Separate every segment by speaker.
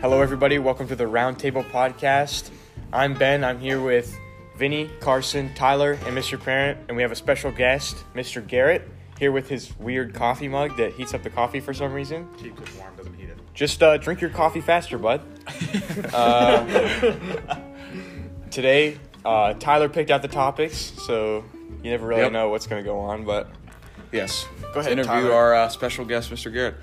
Speaker 1: Hello, everybody. Welcome to the Roundtable Podcast. I'm Ben. I'm here with Vinny, Carson, Tyler, and Mr. Parent. And we have a special guest, Mr. Garrett, here with his weird coffee mug that heats up the coffee for some reason.
Speaker 2: Keeps it warm, doesn't heat it.
Speaker 1: Just uh, drink your coffee faster, bud. Uh, today, uh, Tyler picked out the topics, so you never really
Speaker 3: Yep.
Speaker 1: know what's going to go on, but
Speaker 3: Yes.
Speaker 1: Go ahead,
Speaker 3: To interview
Speaker 1: Tyler.
Speaker 3: our uh, special guest, Mr. Garrett.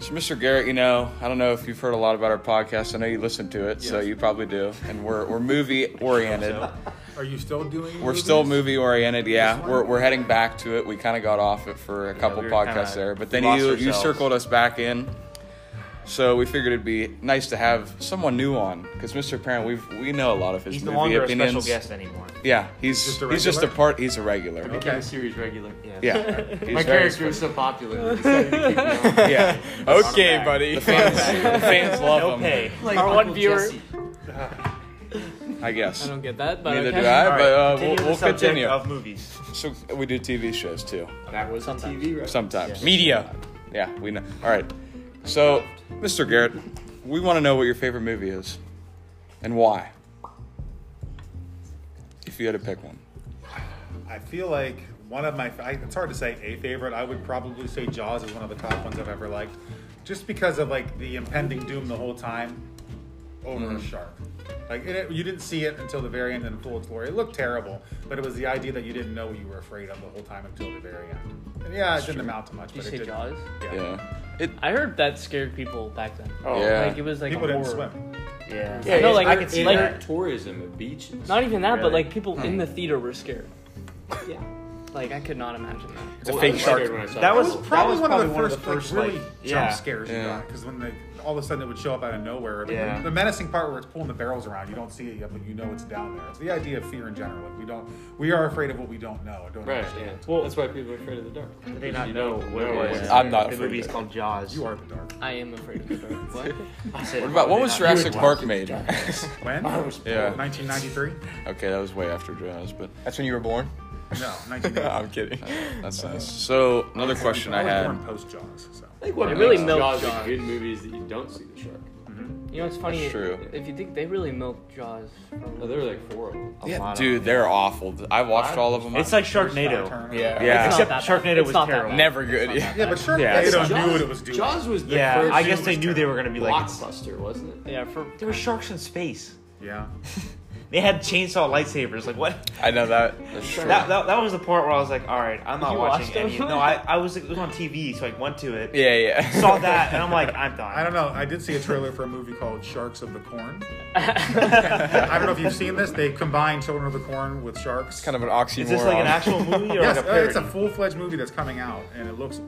Speaker 3: So, Mr. Garrett, you know, I don't know if you've heard a lot about our podcast. I know you listen to it, so
Speaker 2: Yes.
Speaker 3: you probably do. And we're, we're movie oriented.
Speaker 2: So,
Speaker 4: Are you still doing?
Speaker 3: We're still
Speaker 4: movies?
Speaker 3: movie oriented, yeah. We're, we're heading back to it. We kind of got off it for a couple
Speaker 2: we were
Speaker 3: podcasts
Speaker 2: kinda
Speaker 3: there, but then
Speaker 2: lost
Speaker 3: you, you
Speaker 2: ourselves.
Speaker 3: circled us back in. So we figured it'd be nice to have someone new on because Mr. Parent, we've we know a lot of his
Speaker 2: he's no
Speaker 3: movie
Speaker 2: longer
Speaker 3: opinions.
Speaker 2: a special guest anymore.
Speaker 3: Yeah, he's
Speaker 4: Just a
Speaker 3: he's just a
Speaker 4: regular?
Speaker 3: part. He's a regular.
Speaker 5: Became a series regular.
Speaker 3: Yeah, He's very
Speaker 5: My character was so popular. we decided to keep it on.
Speaker 3: yeah.
Speaker 1: okay, buddy.
Speaker 3: The fans, the fans love
Speaker 2: No
Speaker 3: him.
Speaker 2: pay.
Speaker 5: Like
Speaker 6: Our
Speaker 5: Uncle
Speaker 6: one viewer-
Speaker 5: Jesse.
Speaker 3: I guess.
Speaker 6: I don't get that, but
Speaker 3: Neither
Speaker 6: okay.
Speaker 3: do I, but uh,
Speaker 2: Continue
Speaker 3: we'll,
Speaker 2: the
Speaker 3: we'll
Speaker 2: subject
Speaker 3: continue.
Speaker 2: of movies.
Speaker 3: So we do TV shows too,
Speaker 5: That was on TV, right?
Speaker 3: sometimes.
Speaker 1: Media.
Speaker 3: Yeah, we know. All right. So, Mr. Garrett, we want to know what your favorite movie is and why. If you had to pick one.
Speaker 2: I feel like one of my, I, it's hard to say a favorite. I would probably say Jaws is one of the top ones I've ever liked, just because of like the impending doom the whole time over a
Speaker 6: Mm-hmm.
Speaker 2: shark. Like it, you didn't see it until the very end in full its glory. It looked terrible, but it was the idea that you didn't know what you were afraid of the whole time until the very end. And yeah, it didn't amount to much.
Speaker 6: Did you
Speaker 2: but
Speaker 6: say
Speaker 2: it did,
Speaker 6: Jaws?
Speaker 2: Yeah.
Speaker 3: Yeah. It,
Speaker 6: I heard that scared people back then.
Speaker 1: Oh,
Speaker 3: Yeah.
Speaker 6: Like it was like
Speaker 2: People
Speaker 6: a
Speaker 2: didn't
Speaker 6: horror.
Speaker 2: swim.
Speaker 5: Yeah.
Speaker 6: Yeah, No, like-
Speaker 5: I could see
Speaker 6: like-
Speaker 5: that. tourism at beaches.
Speaker 6: Not even that, but
Speaker 5: Really? Hmm.
Speaker 6: like people in the theater were scared. Yeah. Like I could not imagine that.
Speaker 1: It's a fake shark.
Speaker 2: That
Speaker 5: That
Speaker 2: was,
Speaker 5: that
Speaker 2: probably,
Speaker 5: was
Speaker 2: one, of
Speaker 5: probably
Speaker 2: the first, like, really jump
Speaker 5: yeah.
Speaker 2: scares you
Speaker 3: Yeah.
Speaker 2: got because when they all of a sudden it would show up out of nowhere. Like,
Speaker 5: Yeah.
Speaker 2: the, the menacing part where it's pulling the barrels around, you don't see it yet, but you know it's down there. It's the idea of fear in general. Like we don't, we are afraid of what we don't know. Don't
Speaker 5: Right.
Speaker 2: understand.
Speaker 5: Yeah. Well, that's why people are afraid of the dark.
Speaker 2: They
Speaker 5: Because
Speaker 2: not
Speaker 5: you know what it
Speaker 1: what it
Speaker 5: was.
Speaker 1: is.
Speaker 3: I'm not
Speaker 5: The
Speaker 3: afraid
Speaker 5: movie
Speaker 3: of
Speaker 5: is
Speaker 3: it.
Speaker 5: called Jaws.
Speaker 2: You are the dark.
Speaker 6: I am afraid of the dark. What?
Speaker 5: I said,
Speaker 3: what about, when was
Speaker 5: probably not.
Speaker 3: Jurassic Park made?
Speaker 2: When?
Speaker 3: Yeah.
Speaker 2: 1993?
Speaker 3: Okay, that was way after Jaws, but uh,
Speaker 1: That's when you were born?
Speaker 2: No, 1993.
Speaker 1: I'm kidding.
Speaker 3: that's nice. So, another question I
Speaker 2: was
Speaker 3: had.
Speaker 2: born post Jaws, so.
Speaker 5: I think what
Speaker 6: It
Speaker 5: makes
Speaker 6: really milked
Speaker 5: Jaws
Speaker 6: Jaws.
Speaker 5: a good movie is that you don't see the shark.
Speaker 6: You know what's funny?
Speaker 3: That's true.
Speaker 6: If you think they really milked Jaws. From
Speaker 5: No, there were like four of them.
Speaker 6: a
Speaker 3: Yeah,
Speaker 6: lot
Speaker 3: dude, they're awful. I watched all of them.
Speaker 7: It's like
Speaker 2: First
Speaker 7: Sharknado.
Speaker 2: Return.
Speaker 1: Yeah.
Speaker 3: yeah.
Speaker 6: It's not that
Speaker 7: Except
Speaker 6: bad.
Speaker 7: Sharknado
Speaker 6: It's
Speaker 7: was
Speaker 6: not that
Speaker 7: terrible.
Speaker 6: bad.
Speaker 1: Never good.
Speaker 2: Yeah, but Sharknado
Speaker 3: Yeah, it's
Speaker 2: knew what it was doing.
Speaker 5: Jaws was the
Speaker 7: Yeah,
Speaker 5: first
Speaker 7: I guess they
Speaker 2: was
Speaker 7: knew they were gonna be like.
Speaker 5: blockbuster, wasn't
Speaker 6: of-
Speaker 5: it?
Speaker 6: Yeah, for
Speaker 7: There were sharks in space.
Speaker 2: Yeah.
Speaker 7: They had chainsaw lightsabers. Like what?
Speaker 3: I know that. That's true.
Speaker 7: That, that, that was the part where I was like, all right, I'm not
Speaker 6: You
Speaker 7: watching
Speaker 6: watched
Speaker 7: any.
Speaker 6: them?
Speaker 7: No, I, I was it was on TV, so I went to it.
Speaker 3: yeah, yeah.
Speaker 7: Saw that, and I'm like, I'm
Speaker 2: I
Speaker 7: done.
Speaker 2: don't know. I did see a trailer for a movie called Sharks of the Corn. I don't know if you've seen this. They combine Children of the Corn with sharks.
Speaker 1: Kind of an oxymoron.
Speaker 7: Is this like an actual movie or
Speaker 2: yes,
Speaker 7: like a
Speaker 2: uh,
Speaker 7: parody?
Speaker 2: it's a full-fledged movie that's coming out, and it looks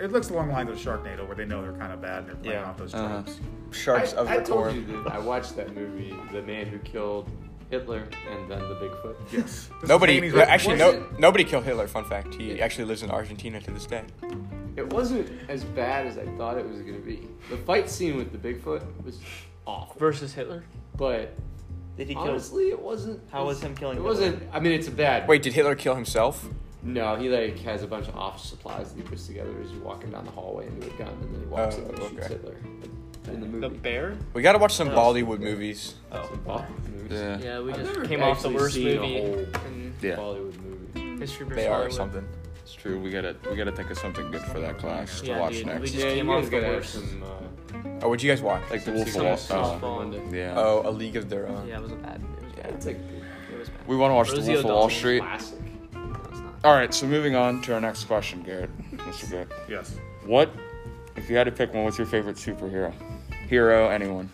Speaker 2: it looks along the lines of Sharknado, where they know they're kind of bad and they're playing
Speaker 7: Yeah.
Speaker 2: off those
Speaker 3: Uh-huh.
Speaker 2: tropes.
Speaker 1: Sharks
Speaker 5: I,
Speaker 1: of
Speaker 5: I
Speaker 1: the
Speaker 5: told
Speaker 1: corn.
Speaker 5: you that I watched that movie, The Man Who Killed Hitler and then the Bigfoot.
Speaker 2: Yes, This is
Speaker 1: Nobody,
Speaker 2: Haney's
Speaker 1: no, actually,
Speaker 2: recommendation.
Speaker 1: no, nobody killed Hitler. Fun fact: He actually lives in Argentina to this day.
Speaker 5: It wasn't as bad as I thought it was gonna be. The fight scene with the Bigfoot was off,
Speaker 6: versus Hitler.
Speaker 5: but
Speaker 7: Did he kill?
Speaker 5: honestly, it wasn't.
Speaker 7: How was him killing
Speaker 5: It
Speaker 7: Hitler?
Speaker 5: wasn't. I mean, it's a bad.
Speaker 1: Wait, did Hitler kill himself?
Speaker 5: No, he like has a bunch of office supplies that he puts together as he's walking down the hallway into a gun, and then he walks
Speaker 1: Oh,
Speaker 5: up and shoots
Speaker 1: okay.
Speaker 5: Hitler in the
Speaker 7: The
Speaker 5: movie.
Speaker 7: bear?
Speaker 1: We gotta watch some Bollywood movies.
Speaker 5: It's a Bollywood movie.
Speaker 3: Yeah.
Speaker 6: Yeah, we
Speaker 5: I've
Speaker 6: just
Speaker 5: never
Speaker 6: came off the
Speaker 5: actually
Speaker 6: worst
Speaker 5: seen a
Speaker 6: movie
Speaker 5: whole-
Speaker 6: in
Speaker 3: Yeah.
Speaker 5: Bollywood movie.
Speaker 6: history. versus
Speaker 1: They are or
Speaker 6: Hollywood.
Speaker 1: something.
Speaker 3: It's true. We gotta we gotta think of something good for that class to
Speaker 6: Yeah,
Speaker 3: watch
Speaker 6: dude, we
Speaker 3: next.
Speaker 6: just- Yeah,
Speaker 5: yeah,
Speaker 6: came
Speaker 5: you
Speaker 6: off
Speaker 5: guys
Speaker 6: the
Speaker 5: gotta have
Speaker 6: worst.
Speaker 5: some. Uh,
Speaker 1: Oh, what'd you guys watch?
Speaker 3: like the
Speaker 5: some
Speaker 3: Wolf of
Speaker 5: secret
Speaker 3: Wall.
Speaker 5: sauce
Speaker 3: Oh,
Speaker 5: for one day.
Speaker 3: yeah.
Speaker 1: Oh, A League of Their Own.
Speaker 6: Yeah, it was a bad. It was bad.
Speaker 5: It's like
Speaker 6: It was bad.
Speaker 3: We want to watch the
Speaker 6: Rosie
Speaker 3: Wolf of Wall
Speaker 6: O'Donnell's
Speaker 3: Street.
Speaker 5: classic.
Speaker 6: No, it's not.
Speaker 3: All right. So moving on to our next question, Garrett. Mr. Garrett,
Speaker 2: Yes,
Speaker 3: what if you had to pick one? What's your favorite superhero? Hero? Anyone?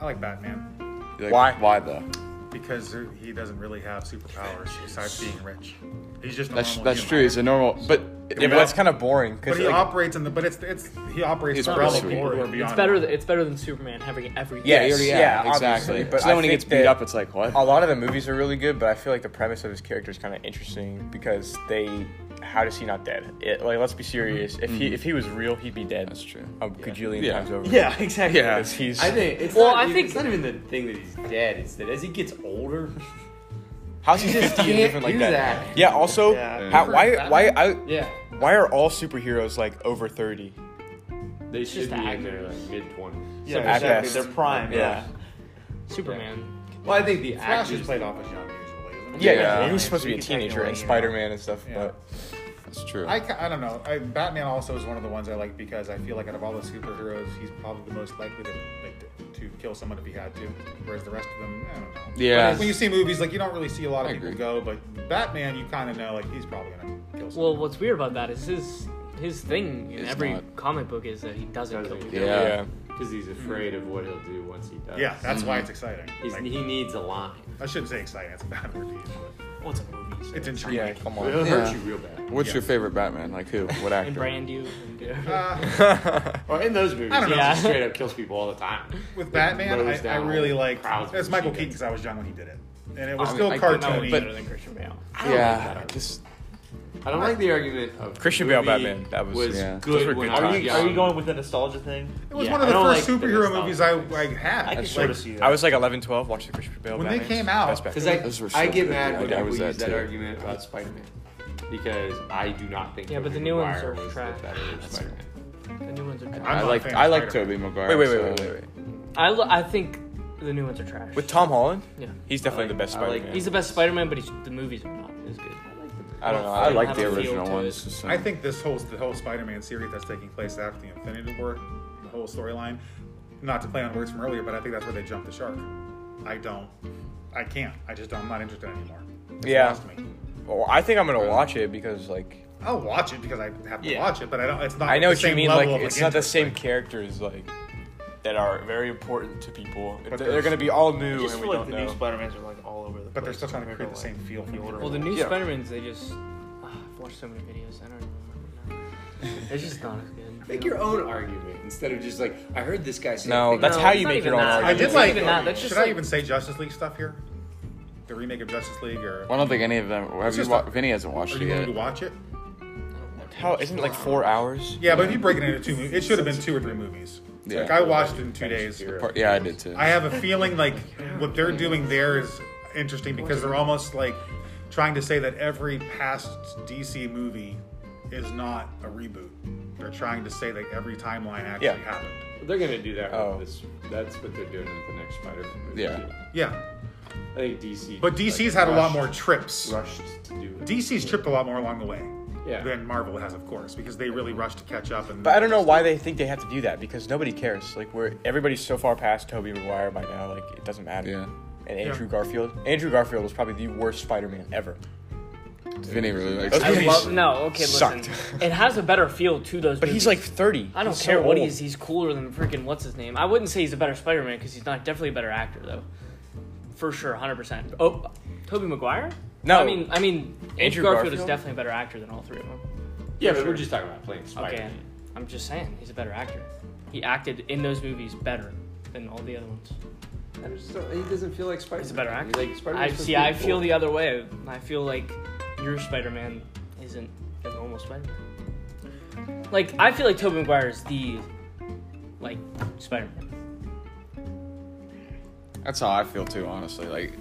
Speaker 2: I like Batman
Speaker 3: You like-
Speaker 1: Why?
Speaker 3: Why though?
Speaker 2: because he doesn't really have superpowers besides being rich. He's just a
Speaker 3: That's
Speaker 2: normal
Speaker 3: that's
Speaker 2: human.
Speaker 3: true. He's a normal, but
Speaker 1: Yeah, but that's kind of boring.
Speaker 2: But
Speaker 1: Cause
Speaker 2: he
Speaker 1: like,
Speaker 2: operates in the. But it's it's he operates
Speaker 3: He's
Speaker 2: in the
Speaker 3: pretty
Speaker 2: realm of
Speaker 3: sweet.
Speaker 2: glory and beyond.
Speaker 6: It's better. Th- it's better than Superman having everything.
Speaker 3: yeah,
Speaker 1: Yes,
Speaker 3: he already- yeah,
Speaker 1: yeah, obviously,
Speaker 3: exactly.
Speaker 1: but
Speaker 3: so then
Speaker 1: I
Speaker 3: when he
Speaker 1: think
Speaker 3: gets beat
Speaker 1: that-
Speaker 3: up, it's like what?
Speaker 1: a lot of the movies are really good, but I feel like the premise of his character is kind of interesting because they. How is he not dead? It, like, let's be serious. If he if he was real, he'd be dead.
Speaker 3: That's true.
Speaker 1: A gajillion
Speaker 3: Yeah.
Speaker 1: times over.
Speaker 7: Yeah, exactly.
Speaker 3: Yeah.
Speaker 1: Because he's.
Speaker 5: I think it's
Speaker 6: Well,
Speaker 5: not
Speaker 6: I
Speaker 5: even,
Speaker 6: think-
Speaker 5: it's not even the thing that he's dead. It's that as he gets older,
Speaker 1: How's he
Speaker 5: You just
Speaker 1: 50 and
Speaker 5: can't
Speaker 1: living like
Speaker 5: do
Speaker 1: that?
Speaker 5: that.
Speaker 1: Yeah. Also,
Speaker 7: Yeah.
Speaker 1: how, why why I
Speaker 5: yeah,
Speaker 1: Why are all superheroes like over 30?
Speaker 4: They
Speaker 6: just
Speaker 4: should be in
Speaker 6: actors.
Speaker 4: their like mid twenties.
Speaker 7: Yeah,
Speaker 1: At
Speaker 7: exactly.
Speaker 1: best.
Speaker 7: They're prime.
Speaker 1: Yeah.
Speaker 7: Yeah.
Speaker 6: Superman.
Speaker 4: Well, I think the
Speaker 2: Flash
Speaker 4: actors
Speaker 2: is played off as young usually. isn't he?
Speaker 1: Yeah,
Speaker 3: Yeah.
Speaker 1: he was supposed to be a
Speaker 2: You can
Speaker 1: teenager in
Speaker 2: technically, you know.
Speaker 1: Spider Man and stuff,
Speaker 2: Yeah.
Speaker 1: but
Speaker 3: That's true.
Speaker 2: I, ca- I don't know. I, Batman also is one of the ones I like because I feel like out of all the superheroes, he's probably the most likely to like, to- to kill someone if he had to, whereas the rest of them, I don't know.
Speaker 3: Yeah.
Speaker 2: When, when you see movies, like you don't really see a lot of
Speaker 3: I
Speaker 2: people
Speaker 3: agree.
Speaker 2: go, but Batman, you kind of know like he's probably gonna kill someone.
Speaker 6: Well, what's weird about that is his his thing in
Speaker 3: It's
Speaker 6: every
Speaker 3: not-
Speaker 6: comic book is that he doesn't kill
Speaker 4: Doesn't
Speaker 6: people.
Speaker 4: kill.
Speaker 3: Yeah.
Speaker 1: yeah.
Speaker 4: because he's afraid of what he'll do once he dies.
Speaker 2: yeah, that's
Speaker 3: Mhm.
Speaker 2: why it's exciting.
Speaker 4: He's,
Speaker 2: Like,
Speaker 4: he needs a line.
Speaker 2: I shouldn't say exciting. It's a bad word to use,
Speaker 7: Well, it's a movie.
Speaker 2: but
Speaker 7: so-
Speaker 2: it's intriguing.
Speaker 1: Yeah, come
Speaker 4: It'll
Speaker 1: on.
Speaker 4: hurt
Speaker 3: Yeah.
Speaker 4: you real bad.
Speaker 3: What's
Speaker 2: Yeah.
Speaker 3: your favorite Batman? Like who? What
Speaker 6: And
Speaker 3: actor?
Speaker 6: brand you. And
Speaker 2: Uh,
Speaker 4: Or in those movies,
Speaker 2: I don't
Speaker 4: he
Speaker 2: know.
Speaker 4: just straight up kills people all the time.
Speaker 2: with Batman,
Speaker 4: mows
Speaker 2: I, I
Speaker 4: down
Speaker 2: really like
Speaker 4: crowds with
Speaker 2: it's Michael
Speaker 4: machine guns.
Speaker 2: Keaton because I was young when he did it, and it was
Speaker 3: I mean,
Speaker 2: still
Speaker 3: I couldn't
Speaker 2: cartoony.
Speaker 3: but-
Speaker 6: better than Christian Bale.
Speaker 3: Yeah. Just
Speaker 4: I don't like the argument of
Speaker 1: Christian
Speaker 4: the
Speaker 1: Bale
Speaker 4: movie
Speaker 1: Batman, that was-
Speaker 3: yeah.
Speaker 1: Those were
Speaker 4: good when
Speaker 1: good
Speaker 4: I
Speaker 7: Are
Speaker 4: was
Speaker 7: you,
Speaker 4: young.
Speaker 7: are you going with the nostalgia thing?
Speaker 2: it was
Speaker 4: yeah,
Speaker 2: one of the
Speaker 7: I don't
Speaker 2: first
Speaker 7: like the
Speaker 2: superhero
Speaker 7: nostalgia
Speaker 2: movies I,
Speaker 7: things.
Speaker 2: I had.
Speaker 7: I can
Speaker 2: Like,
Speaker 7: sort of see that.
Speaker 1: I was like 11, 12 watching Christian Bale.
Speaker 2: When they
Speaker 1: Batmans.
Speaker 2: came out-
Speaker 1: Best Batman.
Speaker 4: Because
Speaker 3: Those were
Speaker 4: I,
Speaker 3: so
Speaker 4: I get
Speaker 3: good.
Speaker 4: mad
Speaker 3: Yeah,
Speaker 4: when
Speaker 3: I
Speaker 4: people use
Speaker 3: was that
Speaker 4: that,
Speaker 3: too.
Speaker 4: argument about Spider-Man because I do not think
Speaker 6: Yeah, but
Speaker 4: Tobey
Speaker 6: the new ones
Speaker 4: Maguire
Speaker 6: are
Speaker 4: was the
Speaker 6: trash.
Speaker 4: better Spider-Man.
Speaker 6: The new ones are
Speaker 2: I'm
Speaker 6: trash.
Speaker 3: I
Speaker 2: not a
Speaker 3: like
Speaker 2: fan
Speaker 3: I
Speaker 2: of
Speaker 3: like
Speaker 2: Spider-Man.
Speaker 3: Tobey Maguire.
Speaker 1: Wait, wait, wait,
Speaker 3: so-
Speaker 1: wait, wait, wait.
Speaker 6: I, lo- I think the new ones are trash.
Speaker 1: With Tom Holland,
Speaker 6: Yeah.
Speaker 1: he's definitely the best
Speaker 4: I like-
Speaker 1: Spider Man.
Speaker 6: He's the best Spider-Man, but he's, the movies are not as good.
Speaker 1: I don't know.
Speaker 3: I
Speaker 1: I like
Speaker 3: like the
Speaker 6: have a feel
Speaker 3: original
Speaker 6: to
Speaker 3: ones.
Speaker 6: it.
Speaker 3: so-
Speaker 2: I think this whole the whole Spider-Man series that's taking place after the Infinity War, the whole storyline. Not to play on words from earlier, but I think that's where they jumped the shark. I don't. I can't. I just don't. I'm not interested anymore. It's
Speaker 1: Yeah.
Speaker 2: lost me.
Speaker 1: Well, I think I'm gonna watch it because like
Speaker 2: I'll watch it because I have to
Speaker 4: Yeah.
Speaker 2: watch it, but I don't. It's not.
Speaker 1: I know
Speaker 2: the
Speaker 1: what you
Speaker 2: same
Speaker 1: mean. Like
Speaker 2: level of,
Speaker 1: it's not the
Speaker 2: interest.
Speaker 1: same characters like that are very important to people.
Speaker 2: But
Speaker 1: they're,
Speaker 2: there's-
Speaker 1: gonna be all
Speaker 7: I
Speaker 1: new,
Speaker 7: just
Speaker 1: and we
Speaker 7: feel like
Speaker 1: don't
Speaker 7: the
Speaker 1: know.
Speaker 7: new Spider-Mans are like all over the place.
Speaker 2: But they're still trying to
Speaker 7: compared
Speaker 2: create the same feel for the older
Speaker 6: Well, the
Speaker 2: ones.
Speaker 6: new
Speaker 1: Yeah.
Speaker 6: Spider-Mans, they just... ah, I've watched so many videos, I don't even remember now. It's just not as good.
Speaker 4: Make your own argument instead of just like I heard this guy say.
Speaker 1: No,
Speaker 4: "Pick
Speaker 1: that's
Speaker 4: it
Speaker 6: No,
Speaker 1: how
Speaker 6: it's
Speaker 1: you
Speaker 6: not
Speaker 1: make your
Speaker 6: even
Speaker 1: own.
Speaker 6: that.
Speaker 1: argument.
Speaker 2: I did
Speaker 6: It's
Speaker 2: like.
Speaker 6: even not- that's just
Speaker 2: should I
Speaker 6: like-
Speaker 2: even say Justice League stuff here? The remake of Justice League, or
Speaker 3: Well, I don't think any of them. Have you
Speaker 2: just
Speaker 3: wa-
Speaker 2: a-
Speaker 3: Vinny hasn't watched
Speaker 2: are
Speaker 3: it
Speaker 2: you going
Speaker 3: yet.
Speaker 2: to watch it?
Speaker 1: How isn't it like four hours?
Speaker 2: Yeah, but if you break it into two movies, it should have been two or three movies.
Speaker 3: Yeah.
Speaker 2: Like I watched it in two days.
Speaker 3: Part- yeah, I did too.
Speaker 2: I have a feeling like what they're doing there is interesting because they're almost like trying to say that every past DC movie is not a reboot. They're trying to say that every timeline actually
Speaker 1: Yeah.
Speaker 2: happened.
Speaker 4: They're gonna do that.
Speaker 1: Oh.
Speaker 4: With this, that's what they're doing with the next Spider-Man movie.
Speaker 3: Yeah.
Speaker 4: too.
Speaker 2: Yeah,
Speaker 4: I think DC.
Speaker 2: but
Speaker 4: like,
Speaker 2: DC's had a lot
Speaker 4: rushed-
Speaker 2: more trips.
Speaker 4: rushed to do. it.
Speaker 2: DC's tripped a lot more along the way
Speaker 4: Yeah.
Speaker 2: than Marvel has, of course, because they really rushed to catch up. And
Speaker 1: But I don't know why they think they have to do that because nobody cares. Like we're everybody's so far past Tobey Maguire by now. Like it doesn't matter.
Speaker 3: Yeah.
Speaker 1: And Andrew Garfield. Andrew Garfield was probably the worst Spider-Man ever.
Speaker 3: Vinny really likes
Speaker 1: Those
Speaker 3: it.
Speaker 6: I
Speaker 1: movies
Speaker 6: love, no, okay, listen.
Speaker 1: sucked.
Speaker 6: It has a better feel to those
Speaker 1: But he's
Speaker 6: movies.
Speaker 1: like 30.
Speaker 6: I don't
Speaker 1: He's
Speaker 6: care
Speaker 1: so
Speaker 6: what
Speaker 1: old.
Speaker 6: he's. He's cooler than freaking what's his name. I wouldn't say he's a better Spider-Man because he's not definitely a better actor though, for sure, hundred percent. Oh, Toby Maguire?
Speaker 1: No.
Speaker 6: I mean I mean
Speaker 1: Andrew
Speaker 6: Andrew Garfield, is
Speaker 1: Garfield?
Speaker 6: definitely a better actor than all three of them.
Speaker 4: Yeah, but we're just talking about playing
Speaker 6: Okay,
Speaker 4: Spider-Man.
Speaker 6: I'm just saying he's a better actor. He acted in those movies better than all the other ones.
Speaker 4: I just don't- he doesn't feel like Spider-Man.
Speaker 6: He's a better actor.
Speaker 4: Like, Spider-Man's
Speaker 6: I
Speaker 4: supposed
Speaker 6: see.
Speaker 4: to be
Speaker 6: I feel
Speaker 4: cool.
Speaker 6: the other way. I feel like your Spider-Man isn't the normal Spider-Man. Like I feel like Tobey Maguire is the like Spider-Man.
Speaker 3: That's how I feel too, honestly. Like,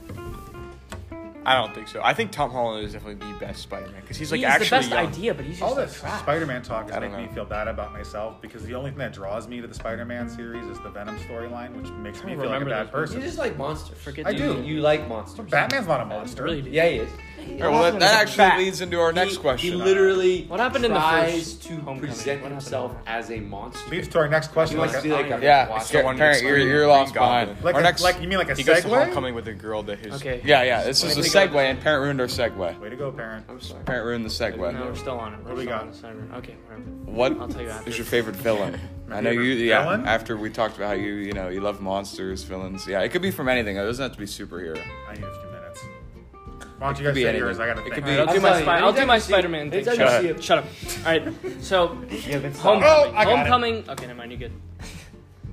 Speaker 1: I don't think so. I think Tom Holland is definitely the best Spider-Man because he's like
Speaker 6: he's
Speaker 1: actually
Speaker 6: the best
Speaker 1: young.
Speaker 6: idea, but he's just
Speaker 2: All
Speaker 6: like,
Speaker 2: this
Speaker 6: trash.
Speaker 2: Spider-Man talk is
Speaker 1: I don't
Speaker 2: making me
Speaker 1: know.
Speaker 2: feel bad about myself because the only thing that draws me to the Spider-Man series is the Venom storyline, which makes me feel like a
Speaker 6: remember
Speaker 2: bad
Speaker 6: those
Speaker 4: You
Speaker 2: person.
Speaker 4: just like monsters.
Speaker 6: Forget
Speaker 2: I
Speaker 6: the-
Speaker 2: do.
Speaker 4: You like monsters.
Speaker 2: Batman's not a monster.
Speaker 6: Really do.
Speaker 4: Yeah, he is.
Speaker 3: All right, well, that, that actually leads into our next
Speaker 4: he,
Speaker 3: question. uh,
Speaker 4: He literally
Speaker 6: What happened in the
Speaker 4: tries
Speaker 6: first
Speaker 4: to
Speaker 6: Homecoming? What
Speaker 4: present
Speaker 6: happened
Speaker 4: himself
Speaker 6: in that?
Speaker 4: as a monster.
Speaker 2: Leads to our next
Speaker 4: He
Speaker 2: question.
Speaker 4: wants
Speaker 2: like
Speaker 4: to
Speaker 2: a-
Speaker 4: be like a
Speaker 3: yeah,
Speaker 4: watch-
Speaker 1: the one
Speaker 3: apparently you're, you're lost behind.
Speaker 2: Like,
Speaker 3: our
Speaker 2: a,
Speaker 3: next,
Speaker 2: like you mean like a
Speaker 1: He goes to
Speaker 2: segue?
Speaker 1: homecoming with the girl that his.
Speaker 6: Okay.
Speaker 3: yeah, yeah. This is the
Speaker 6: think
Speaker 3: segue, and parent ruined our segue.
Speaker 2: Way to go, parent.
Speaker 4: I'm sorry.
Speaker 3: Parent ruined the
Speaker 6: No,
Speaker 3: segue.
Speaker 6: we're still on it. We're
Speaker 2: What we
Speaker 6: still
Speaker 2: got?
Speaker 6: on the Spider-Man. Okay, whatever.
Speaker 3: What
Speaker 6: I'll tell you after.
Speaker 3: is your favorite villain? I know you.
Speaker 2: favorite
Speaker 3: Yeah.
Speaker 2: villain?
Speaker 3: After we talked about how you, you know, you love monsters, villains. Yeah, it could be from anything. It doesn't have to be superhero.
Speaker 2: I need a few minutes. Why don't you
Speaker 3: could
Speaker 2: guys
Speaker 3: be
Speaker 2: say yours?
Speaker 3: anything.
Speaker 2: I got to
Speaker 3: It
Speaker 2: think.
Speaker 3: could be-
Speaker 6: I'll
Speaker 3: I'll
Speaker 6: do
Speaker 4: tell
Speaker 6: my,
Speaker 4: you,
Speaker 6: Spider- I'll do
Speaker 4: anytime
Speaker 6: my
Speaker 4: you see-
Speaker 6: Spider-Man thing.
Speaker 4: anytime
Speaker 6: Shut
Speaker 4: you
Speaker 6: up.
Speaker 4: see a-
Speaker 6: Shut up. All right. So,
Speaker 7: Yeah, Vince
Speaker 2: Oh,
Speaker 6: homecoming.
Speaker 2: I got it.
Speaker 6: homecoming. Okay, never mind. You good?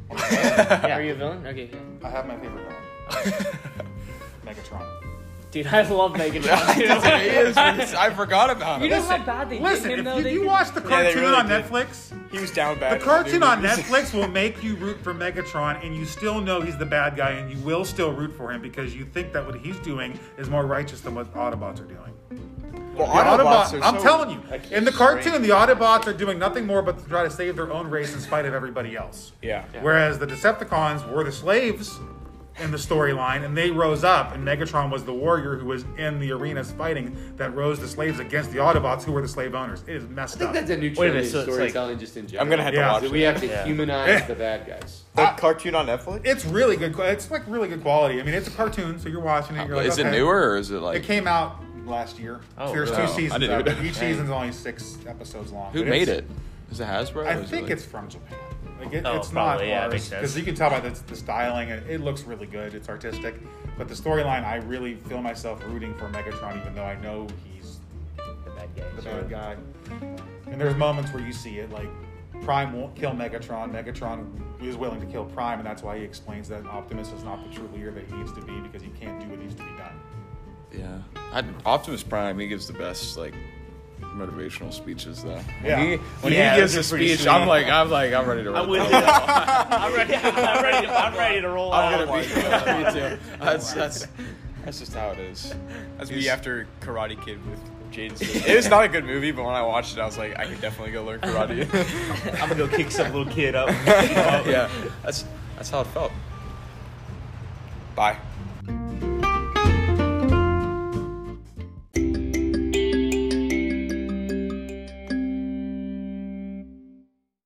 Speaker 6: Are you a villain? Okay. Yeah.
Speaker 2: I have my favorite one. Megatron.
Speaker 6: Dude, I love Megan.
Speaker 3: He is- I forgot about
Speaker 6: You
Speaker 3: him.
Speaker 6: know how bad they
Speaker 2: Listen,
Speaker 6: did him
Speaker 2: if
Speaker 6: though.
Speaker 2: you,
Speaker 6: They
Speaker 2: you
Speaker 6: did-
Speaker 2: watch the
Speaker 1: Yeah, they
Speaker 2: cartoon
Speaker 1: really
Speaker 2: on
Speaker 1: did.
Speaker 2: Netflix,
Speaker 1: He was down
Speaker 2: the
Speaker 1: bad.
Speaker 2: cartoon on Netflix will make you root for Megatron, and you still know he's the bad guy, and you will still root for him because you think that what he's doing is more righteous than what Autobots are doing.
Speaker 3: Well,
Speaker 2: The Autobots,
Speaker 3: Autobots are
Speaker 2: I'm
Speaker 3: so-
Speaker 2: telling you,
Speaker 7: like,
Speaker 2: in the
Speaker 7: strange.
Speaker 2: cartoon, the Autobots are doing nothing more but to try to save their own race in spite of everybody else.
Speaker 1: Yeah.
Speaker 2: Whereas the Decepticons were the slaves in the storyline, and they rose up, and Megatron was the warrior who was in the arenas fighting that rose the slaves against the Autobots, who were the slave owners. It is messed
Speaker 4: I think
Speaker 2: up.
Speaker 4: that's a new
Speaker 7: Wait a
Speaker 4: trend
Speaker 7: minute,
Speaker 4: in
Speaker 7: so it's like-
Speaker 4: storytelling just in general.
Speaker 3: I'm gonna have
Speaker 2: Yeah.
Speaker 3: to
Speaker 4: That
Speaker 3: watch
Speaker 4: we
Speaker 3: it.
Speaker 4: have to
Speaker 7: Yeah.
Speaker 4: humanize the bad guys.
Speaker 3: that cartoon on Netflix.
Speaker 2: it's really good. qu- It's like really good quality. I mean, it's a cartoon, so you're watching it. You're like,
Speaker 3: is it
Speaker 2: okay.
Speaker 3: newer or is it like
Speaker 2: It came out last year.
Speaker 7: Oh,
Speaker 2: There's
Speaker 7: really?
Speaker 2: two
Speaker 3: Oh, I
Speaker 2: seasons.
Speaker 3: didn't
Speaker 2: of
Speaker 3: even
Speaker 2: it.
Speaker 3: know.
Speaker 2: Each season's only six episodes long.
Speaker 3: who
Speaker 2: but
Speaker 3: made
Speaker 2: it's-
Speaker 3: it? Is it Hasbro?
Speaker 2: I
Speaker 3: or is it,
Speaker 2: think
Speaker 3: like-
Speaker 2: it's from Japan. Like it,
Speaker 7: Oh,
Speaker 2: it's
Speaker 7: probably, yeah,
Speaker 2: not
Speaker 7: it makes
Speaker 2: ours
Speaker 7: sense.
Speaker 2: because you can tell by the, the styling. It, it looks really good. It's artistic, but the storyline, I really feel myself rooting for Megatron, even though I know he's
Speaker 7: The bad guy.
Speaker 2: the bad guy. And there's moments where you see it, like Prime won't kill Megatron. Megatron is willing to kill Prime, and that's why he explains that Optimus is not the true leader that he needs to be because he can't do what needs to be done.
Speaker 3: Yeah, I, Optimus Prime. He gives the best like motivational speeches though.
Speaker 2: Yeah.
Speaker 3: When he, when
Speaker 7: Yeah,
Speaker 3: he gives a
Speaker 7: those are pretty
Speaker 3: speech,
Speaker 7: sweet.
Speaker 3: I'm like, I'm like, I'm ready to.
Speaker 7: I'm
Speaker 3: roll.
Speaker 7: with you. though. I'm ready. I'm ready. To, I'm ready to roll
Speaker 3: I'm
Speaker 7: out.
Speaker 3: gonna be.
Speaker 7: one.
Speaker 3: me too. That's that's that's just how it is.
Speaker 1: That's
Speaker 3: He's-
Speaker 1: me after Karate Kid with Jaden. Smith. it was not a good movie, but when I watched it, I was like, I could definitely go learn karate.
Speaker 7: I'm gonna go kick some little kid up.
Speaker 3: yeah, that's that's how it felt.
Speaker 1: Bye.